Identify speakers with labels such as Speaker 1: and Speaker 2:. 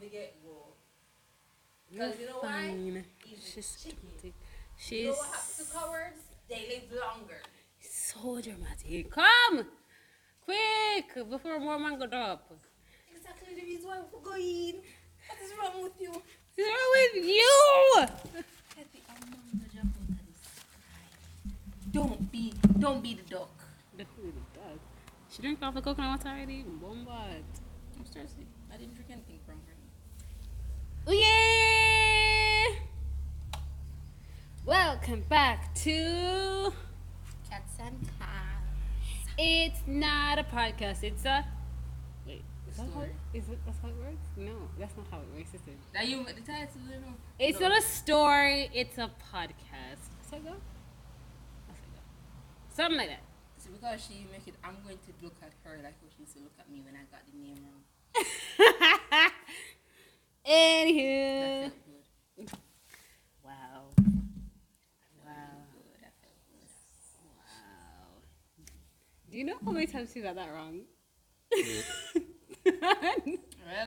Speaker 1: to get raw.
Speaker 2: You're
Speaker 1: Because you know why?
Speaker 2: fine.
Speaker 1: Easy.
Speaker 2: She's
Speaker 1: Chicken.
Speaker 2: dramatic.
Speaker 1: You know
Speaker 2: She's
Speaker 1: what happens to cowards? They live longer.
Speaker 2: so dramatic. Come! Quick! Before more man got up.
Speaker 1: Exactly the reason why we're going. What is wrong with you?
Speaker 2: What's wrong with you?
Speaker 1: Kathy, I'm not the jump on this. Don't be, don't be the duck.
Speaker 2: Definitely the dog. She drank off the coconut water already. Bombard.
Speaker 1: I'm thirsty. I didn't drink anything from her.
Speaker 2: Oh yeah! Welcome back to
Speaker 1: Cats and cats.
Speaker 2: It's Not a Podcast. It's a wait. Is
Speaker 1: It's
Speaker 2: that,
Speaker 1: not.
Speaker 2: how, is it, that's how it works? No, that's not how it works, is it?
Speaker 1: Now you the title, you know.
Speaker 2: It's
Speaker 1: No.
Speaker 2: not a story. It's a podcast. That's how it go? That's how it go. Something like that.
Speaker 1: It's because she make it. I'm going to look at her like how she used to look at me when I got the name wrong. That
Speaker 2: Anywho.
Speaker 1: felt good.
Speaker 2: Wow.
Speaker 1: That felt
Speaker 2: Wow.
Speaker 1: really good. That felt good.
Speaker 2: Wow. Do you know how many times she got that wrong?